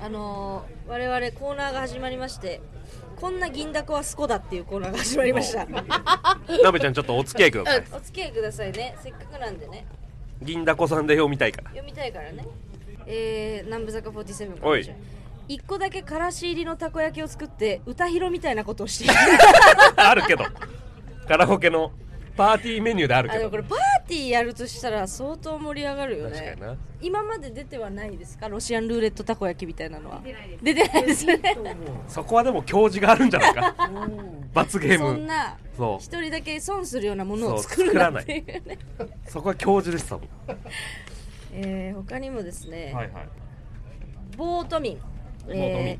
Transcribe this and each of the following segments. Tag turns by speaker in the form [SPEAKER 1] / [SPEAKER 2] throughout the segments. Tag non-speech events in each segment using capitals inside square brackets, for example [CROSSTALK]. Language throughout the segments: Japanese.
[SPEAKER 1] あのー我々コーナーが始まりましてこんな銀だこはスコだっていうコーナーが始まりました
[SPEAKER 2] なべちゃんちょっとお付き合いください
[SPEAKER 1] [LAUGHS] お付き合いくださいねせっかくなんでね
[SPEAKER 2] 銀だこさんで読みたいから
[SPEAKER 1] 読みたいからねえー、南部坂47から
[SPEAKER 2] おい
[SPEAKER 1] じゃあ一個だけからし入りのたこ焼きを作って歌広みたいなことを
[SPEAKER 2] [LAUGHS]
[SPEAKER 1] している
[SPEAKER 2] あるけどカラオケのパーティーメニューである
[SPEAKER 1] あ
[SPEAKER 2] け
[SPEAKER 1] でも
[SPEAKER 2] ど
[SPEAKER 1] これパーティーやるとしたら相当盛り上がるよ
[SPEAKER 2] 確か
[SPEAKER 1] ね
[SPEAKER 2] にな
[SPEAKER 1] 今まで出てはないですかロシアンルーレットたこ焼きみたいなのは出てないですね
[SPEAKER 2] そこはでも教授があるんじゃないか罰ゲー
[SPEAKER 1] そ
[SPEAKER 2] ム
[SPEAKER 1] んな
[SPEAKER 2] そ
[SPEAKER 1] 一人だけ損するようなものを
[SPEAKER 2] そう
[SPEAKER 1] 作るなっていうね
[SPEAKER 2] うそこは教授でしたもん
[SPEAKER 1] えー、他にもですね、
[SPEAKER 2] はいはい
[SPEAKER 1] ボート民、
[SPEAKER 2] ー
[SPEAKER 1] え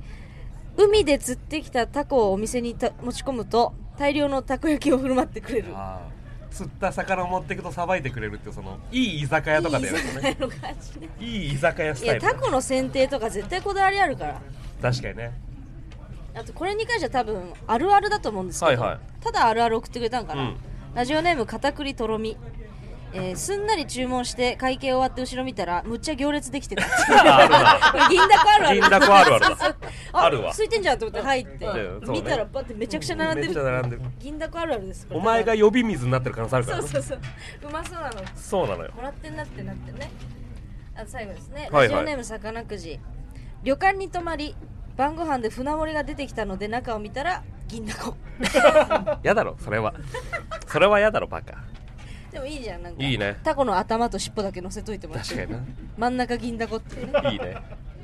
[SPEAKER 1] ー海で釣ってきたタコをお店にた持ち込むと大量のたこ焼きを振る舞ってくれる
[SPEAKER 2] あー釣った魚を持ってくとさばいてくれるっていうそのいい居酒屋とかでやると
[SPEAKER 1] いい居
[SPEAKER 2] ね
[SPEAKER 1] 酒屋の感じね
[SPEAKER 2] いい居酒屋ス
[SPEAKER 1] い
[SPEAKER 2] タ
[SPEAKER 1] や
[SPEAKER 2] イルだ
[SPEAKER 1] タ
[SPEAKER 2] ね
[SPEAKER 1] コの剪定とか絶対こだわりあるから
[SPEAKER 2] 確かにね
[SPEAKER 1] あとこれに関しては多分あるあるだと思うんですけど、
[SPEAKER 2] はいは
[SPEAKER 1] ただあるある送ってくれたんかな、
[SPEAKER 2] うん
[SPEAKER 1] ラジオネーム片栗とろみ、えーすんなり注文して会計終わって後ろ見たらむっちゃ行列できてた
[SPEAKER 2] あ
[SPEAKER 1] これ銀だこあるある
[SPEAKER 2] 銀だこあるあるだ
[SPEAKER 1] そうそう
[SPEAKER 2] あるわ
[SPEAKER 1] 空いてんじゃんと思って入って、
[SPEAKER 2] うんそうね
[SPEAKER 1] 見たらバってめちゃくちゃ並ん
[SPEAKER 2] め
[SPEAKER 1] で
[SPEAKER 2] っ
[SPEAKER 1] る
[SPEAKER 2] ちゃ並んでる
[SPEAKER 1] 銀だこあるあるですこれ
[SPEAKER 2] お前が呼び水になってる可能性あるから
[SPEAKER 1] そう
[SPEAKER 2] ね
[SPEAKER 1] そうそううまそうなの
[SPEAKER 2] そうなのよ
[SPEAKER 1] もらってんなってなってねあ最後ですね、
[SPEAKER 2] は
[SPEAKER 1] ラ
[SPEAKER 2] いはい
[SPEAKER 1] ジオネームさかなくじ旅館に泊まり晩ご飯で船盛りが出てきたので中を見たら銀だこ
[SPEAKER 2] やだろそれはそれはやだろバカ
[SPEAKER 1] でもいいじゃんなんか
[SPEAKER 2] いいね
[SPEAKER 1] タコの頭と尻尾だけ乗せといてもらって
[SPEAKER 2] 確かにな
[SPEAKER 1] 真ん中銀だこっていうね
[SPEAKER 2] いいね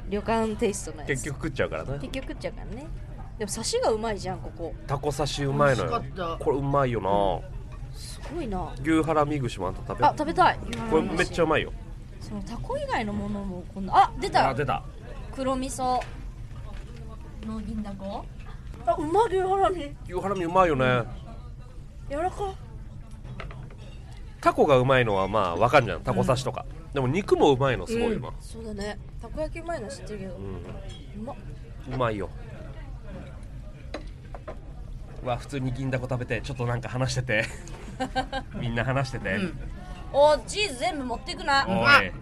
[SPEAKER 1] 旅館テイストのやつ
[SPEAKER 2] 結局食っちゃうからね
[SPEAKER 1] 結局食っちゃうからねでもサシがうまいじゃんここ
[SPEAKER 2] タコ刺しうまいのよ
[SPEAKER 3] 美味しかった
[SPEAKER 2] これうまいよ
[SPEAKER 1] すごいな
[SPEAKER 2] な牛ハラミグシもあんた食べ
[SPEAKER 1] あ食べたい
[SPEAKER 2] これめっちゃうまいよ
[SPEAKER 1] そのタコ以外のものもこんなあ出た
[SPEAKER 2] あ出た
[SPEAKER 1] 黒味噌の銀だこあうま牛ハラミ
[SPEAKER 2] 牛ハラミうまいよね
[SPEAKER 1] 柔らか
[SPEAKER 2] タコがうまいのはまあわかんじゃんタコ刺しとか、でも肉もうまいのすごい今、
[SPEAKER 1] そうだねたこ焼きうまいの知ってるけど
[SPEAKER 2] う
[SPEAKER 1] うんまっ
[SPEAKER 2] うまいようわ普通に銀だこ食べてちょっとなんか話して [LAUGHS] てみんな話してて、
[SPEAKER 1] おーチーズ全部持ってくな
[SPEAKER 2] おい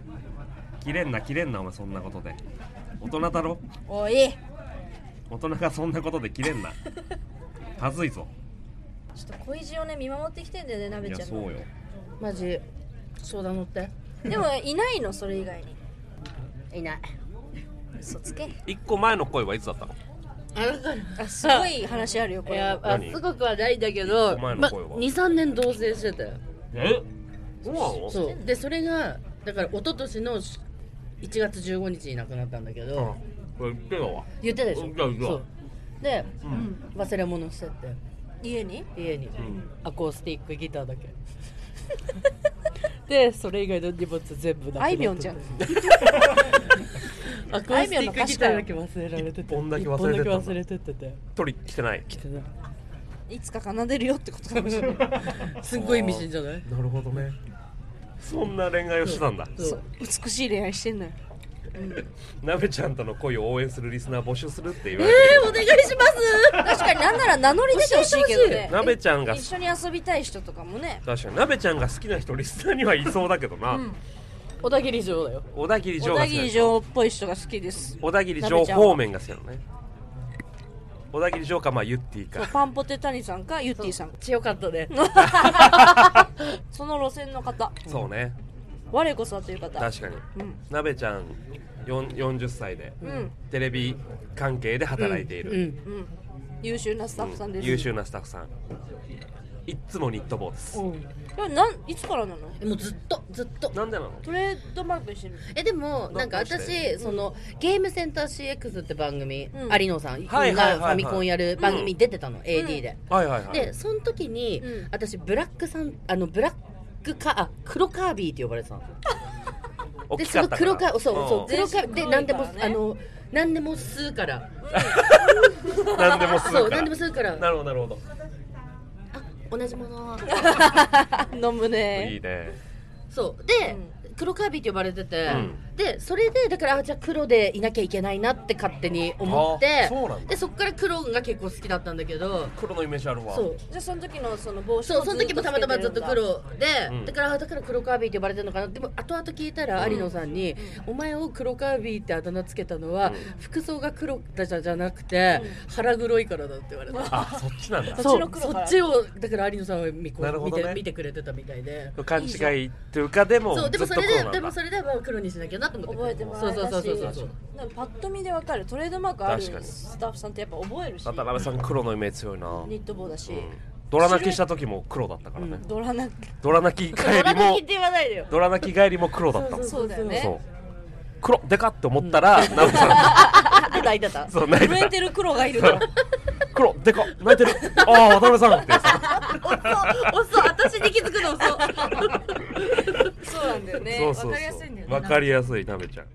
[SPEAKER 2] 切れんな切れんなお前そんなことで大人だろ
[SPEAKER 1] おいち
[SPEAKER 2] 大人がそんなことで切れん [LAUGHS] なはずいぞ
[SPEAKER 1] ょっと小石をね見守ってきてんだよね鍋
[SPEAKER 2] いや
[SPEAKER 1] ちゃん
[SPEAKER 2] そ
[SPEAKER 1] も
[SPEAKER 2] うよ
[SPEAKER 3] マジ相談乗
[SPEAKER 2] [LAUGHS]
[SPEAKER 3] って
[SPEAKER 1] でもいないのそれ以外に
[SPEAKER 3] いない
[SPEAKER 1] 嘘つけ
[SPEAKER 2] 一個前の恋はいつだったの
[SPEAKER 3] あだから
[SPEAKER 1] あすごい話あるよこ
[SPEAKER 3] い
[SPEAKER 1] れ
[SPEAKER 3] や
[SPEAKER 1] は
[SPEAKER 3] あ
[SPEAKER 2] 何
[SPEAKER 3] すごくはないんだけど、
[SPEAKER 2] お前の声は
[SPEAKER 3] 23年同棲してたよ
[SPEAKER 2] えそうなの
[SPEAKER 3] そうでそれがだから一昨年の1月15日に亡くなったんだけど、
[SPEAKER 2] これ言ってよ
[SPEAKER 3] 言ってたでし
[SPEAKER 2] うん言っ
[SPEAKER 3] ょ
[SPEAKER 2] た言った
[SPEAKER 3] そうで、
[SPEAKER 2] ん
[SPEAKER 3] 忘れ物してって
[SPEAKER 1] 家に
[SPEAKER 3] 家に、
[SPEAKER 2] ん
[SPEAKER 3] アコースティックギターだけでそれ以外の荷物全部なくなってた
[SPEAKER 1] あいみょんじゃん
[SPEAKER 3] [LAUGHS] アコースティックギターだけ忘れられてて
[SPEAKER 2] 一本だけ忘れてたんだ
[SPEAKER 3] 一本だけ忘れてってて
[SPEAKER 2] 取り来てない
[SPEAKER 3] 来てない
[SPEAKER 1] いつか奏でるよってことかもしれ
[SPEAKER 2] [LAUGHS]
[SPEAKER 1] ない
[SPEAKER 3] すっごいミシンじゃない
[SPEAKER 2] なるほどねそんな恋愛をしてたんだ
[SPEAKER 3] そ
[SPEAKER 1] そうう美しい恋愛してんのよ
[SPEAKER 2] なべちゃんとの恋を応援するリスナー募集するって言わ
[SPEAKER 3] え
[SPEAKER 2] れてる
[SPEAKER 3] ー、お願いします
[SPEAKER 1] 確かになんなら名乗り出てほしいけど
[SPEAKER 3] 教えて
[SPEAKER 1] ね
[SPEAKER 3] ほ
[SPEAKER 2] なべちゃんが
[SPEAKER 1] 一緒に遊びたい人とかもね
[SPEAKER 2] 確かになべちゃんが好きな人リスナーにはいそうだけどな、
[SPEAKER 3] 小田切城だよ
[SPEAKER 2] 小田切
[SPEAKER 1] 小
[SPEAKER 2] 城が
[SPEAKER 1] 田
[SPEAKER 2] 好きな
[SPEAKER 1] 切
[SPEAKER 2] 人
[SPEAKER 1] 城っぽい人が好きです
[SPEAKER 2] 小田切城方面が好きなのね小田切城かまあユッティ
[SPEAKER 1] そう
[SPEAKER 2] か
[SPEAKER 1] パンポテ谷さんかゆってぃさん
[SPEAKER 3] [LAUGHS]
[SPEAKER 1] か
[SPEAKER 3] 強かったね
[SPEAKER 1] その路線の方
[SPEAKER 2] そうね
[SPEAKER 1] 我こそはという方
[SPEAKER 2] 確かに
[SPEAKER 1] うん
[SPEAKER 2] なべちゃんよん40歳で
[SPEAKER 1] うん
[SPEAKER 2] テレビ関係で働いている、
[SPEAKER 3] うん
[SPEAKER 1] うん優秀なスタッフさんです
[SPEAKER 2] 優秀なスタッフさんいっつもニット帽です、
[SPEAKER 1] いやなんいつからなの
[SPEAKER 3] えもうずっとずっと
[SPEAKER 2] なんでなの
[SPEAKER 1] トレードマークにしてる
[SPEAKER 3] えでもなんか
[SPEAKER 2] どうし
[SPEAKER 3] 私そのゲームセンター CX って番組、
[SPEAKER 1] うん
[SPEAKER 3] 有野さんが
[SPEAKER 2] はい
[SPEAKER 3] フ
[SPEAKER 2] はいはいはい
[SPEAKER 3] ァミコンやる番組出てたの、AD で、
[SPEAKER 2] はいはいはい
[SPEAKER 3] でその時に、
[SPEAKER 1] うん
[SPEAKER 3] 私ブラックさんあのブラックかあ黒カービィって呼ばれてたの
[SPEAKER 2] 大
[SPEAKER 3] で
[SPEAKER 2] き
[SPEAKER 3] そ
[SPEAKER 2] かっ
[SPEAKER 3] の
[SPEAKER 2] た
[SPEAKER 3] 黒カーそうそう
[SPEAKER 2] う
[SPEAKER 3] 黒カービィで何でも、
[SPEAKER 1] 全身黒いから
[SPEAKER 3] あ
[SPEAKER 1] ね
[SPEAKER 3] の何でも吸うから
[SPEAKER 2] ん [LAUGHS] 何でもするから
[SPEAKER 3] そう何でもするから
[SPEAKER 2] なるほどなるほど
[SPEAKER 3] あ同じもの
[SPEAKER 1] 飲むね
[SPEAKER 2] いいね
[SPEAKER 3] そうで、
[SPEAKER 1] う
[SPEAKER 3] 黒カービィって呼ばれてて、
[SPEAKER 2] うん
[SPEAKER 3] でそれでだからあじゃあ黒でいなきゃいけないなって勝手に思って
[SPEAKER 2] あそうなんだ
[SPEAKER 3] でそっから黒が結構好きだったんだけど
[SPEAKER 2] 黒のイメージあるわ
[SPEAKER 3] そう
[SPEAKER 1] じゃあその時のその帽子
[SPEAKER 3] そうその時もたまたまずっ
[SPEAKER 1] を
[SPEAKER 3] と黒で、
[SPEAKER 2] うん
[SPEAKER 3] だからあだから黒カービィって呼ばれてるのかなでも後々聞いたら有野さんに、お前を黒カービィってあだ名つけたのは、
[SPEAKER 2] うん
[SPEAKER 3] 服装が黒だじゃじゃなくて、腹黒いからだって言われた。
[SPEAKER 2] あそっちなんだ
[SPEAKER 1] そ
[SPEAKER 3] そ
[SPEAKER 1] っちの
[SPEAKER 3] う
[SPEAKER 1] 黒
[SPEAKER 3] そ
[SPEAKER 1] から
[SPEAKER 3] っちをだから有野さんは見こ
[SPEAKER 2] なる
[SPEAKER 3] う
[SPEAKER 2] ほ
[SPEAKER 3] 見
[SPEAKER 2] どね
[SPEAKER 3] て見てくれてたみたいで
[SPEAKER 2] 勘違いというかでも
[SPEAKER 3] そうで
[SPEAKER 2] ず
[SPEAKER 3] も
[SPEAKER 2] っと
[SPEAKER 3] そ
[SPEAKER 2] 黒
[SPEAKER 3] れで
[SPEAKER 2] なん
[SPEAKER 3] で
[SPEAKER 2] だ
[SPEAKER 3] もそれでまあ黒にしなきゃなと思って
[SPEAKER 1] 覚えてもらえたし
[SPEAKER 3] そうそうそうそうそう
[SPEAKER 1] なんかパッと見でわかるトレードマークある
[SPEAKER 2] 確かに
[SPEAKER 1] スタッフさんってやっぱ覚えるし
[SPEAKER 2] 渡辺さん黒のイメージ強いな、うん
[SPEAKER 1] ニット帽だし、
[SPEAKER 2] ドラ泣きした時も黒だったからね、
[SPEAKER 1] ドラなき
[SPEAKER 2] ドラ泣き帰
[SPEAKER 1] ドラ
[SPEAKER 2] り
[SPEAKER 1] な
[SPEAKER 2] も
[SPEAKER 1] きって言わないでよ
[SPEAKER 2] ドラ泣き帰りも黒だったもん
[SPEAKER 1] そうだよ
[SPEAKER 2] そう
[SPEAKER 1] ね
[SPEAKER 2] 黒でかって思ったら、直樹さ
[SPEAKER 3] あで泣いてた
[SPEAKER 2] んそう泣い
[SPEAKER 1] 震
[SPEAKER 2] て
[SPEAKER 1] え
[SPEAKER 2] た
[SPEAKER 1] てる黒がいると
[SPEAKER 2] 黒でか泣いてるああ渡辺さんってさ
[SPEAKER 3] 遅っ私に気づくの遅っ
[SPEAKER 1] [LAUGHS] そうなんだよね
[SPEAKER 2] そうそうそうわかりやすいなべちゃん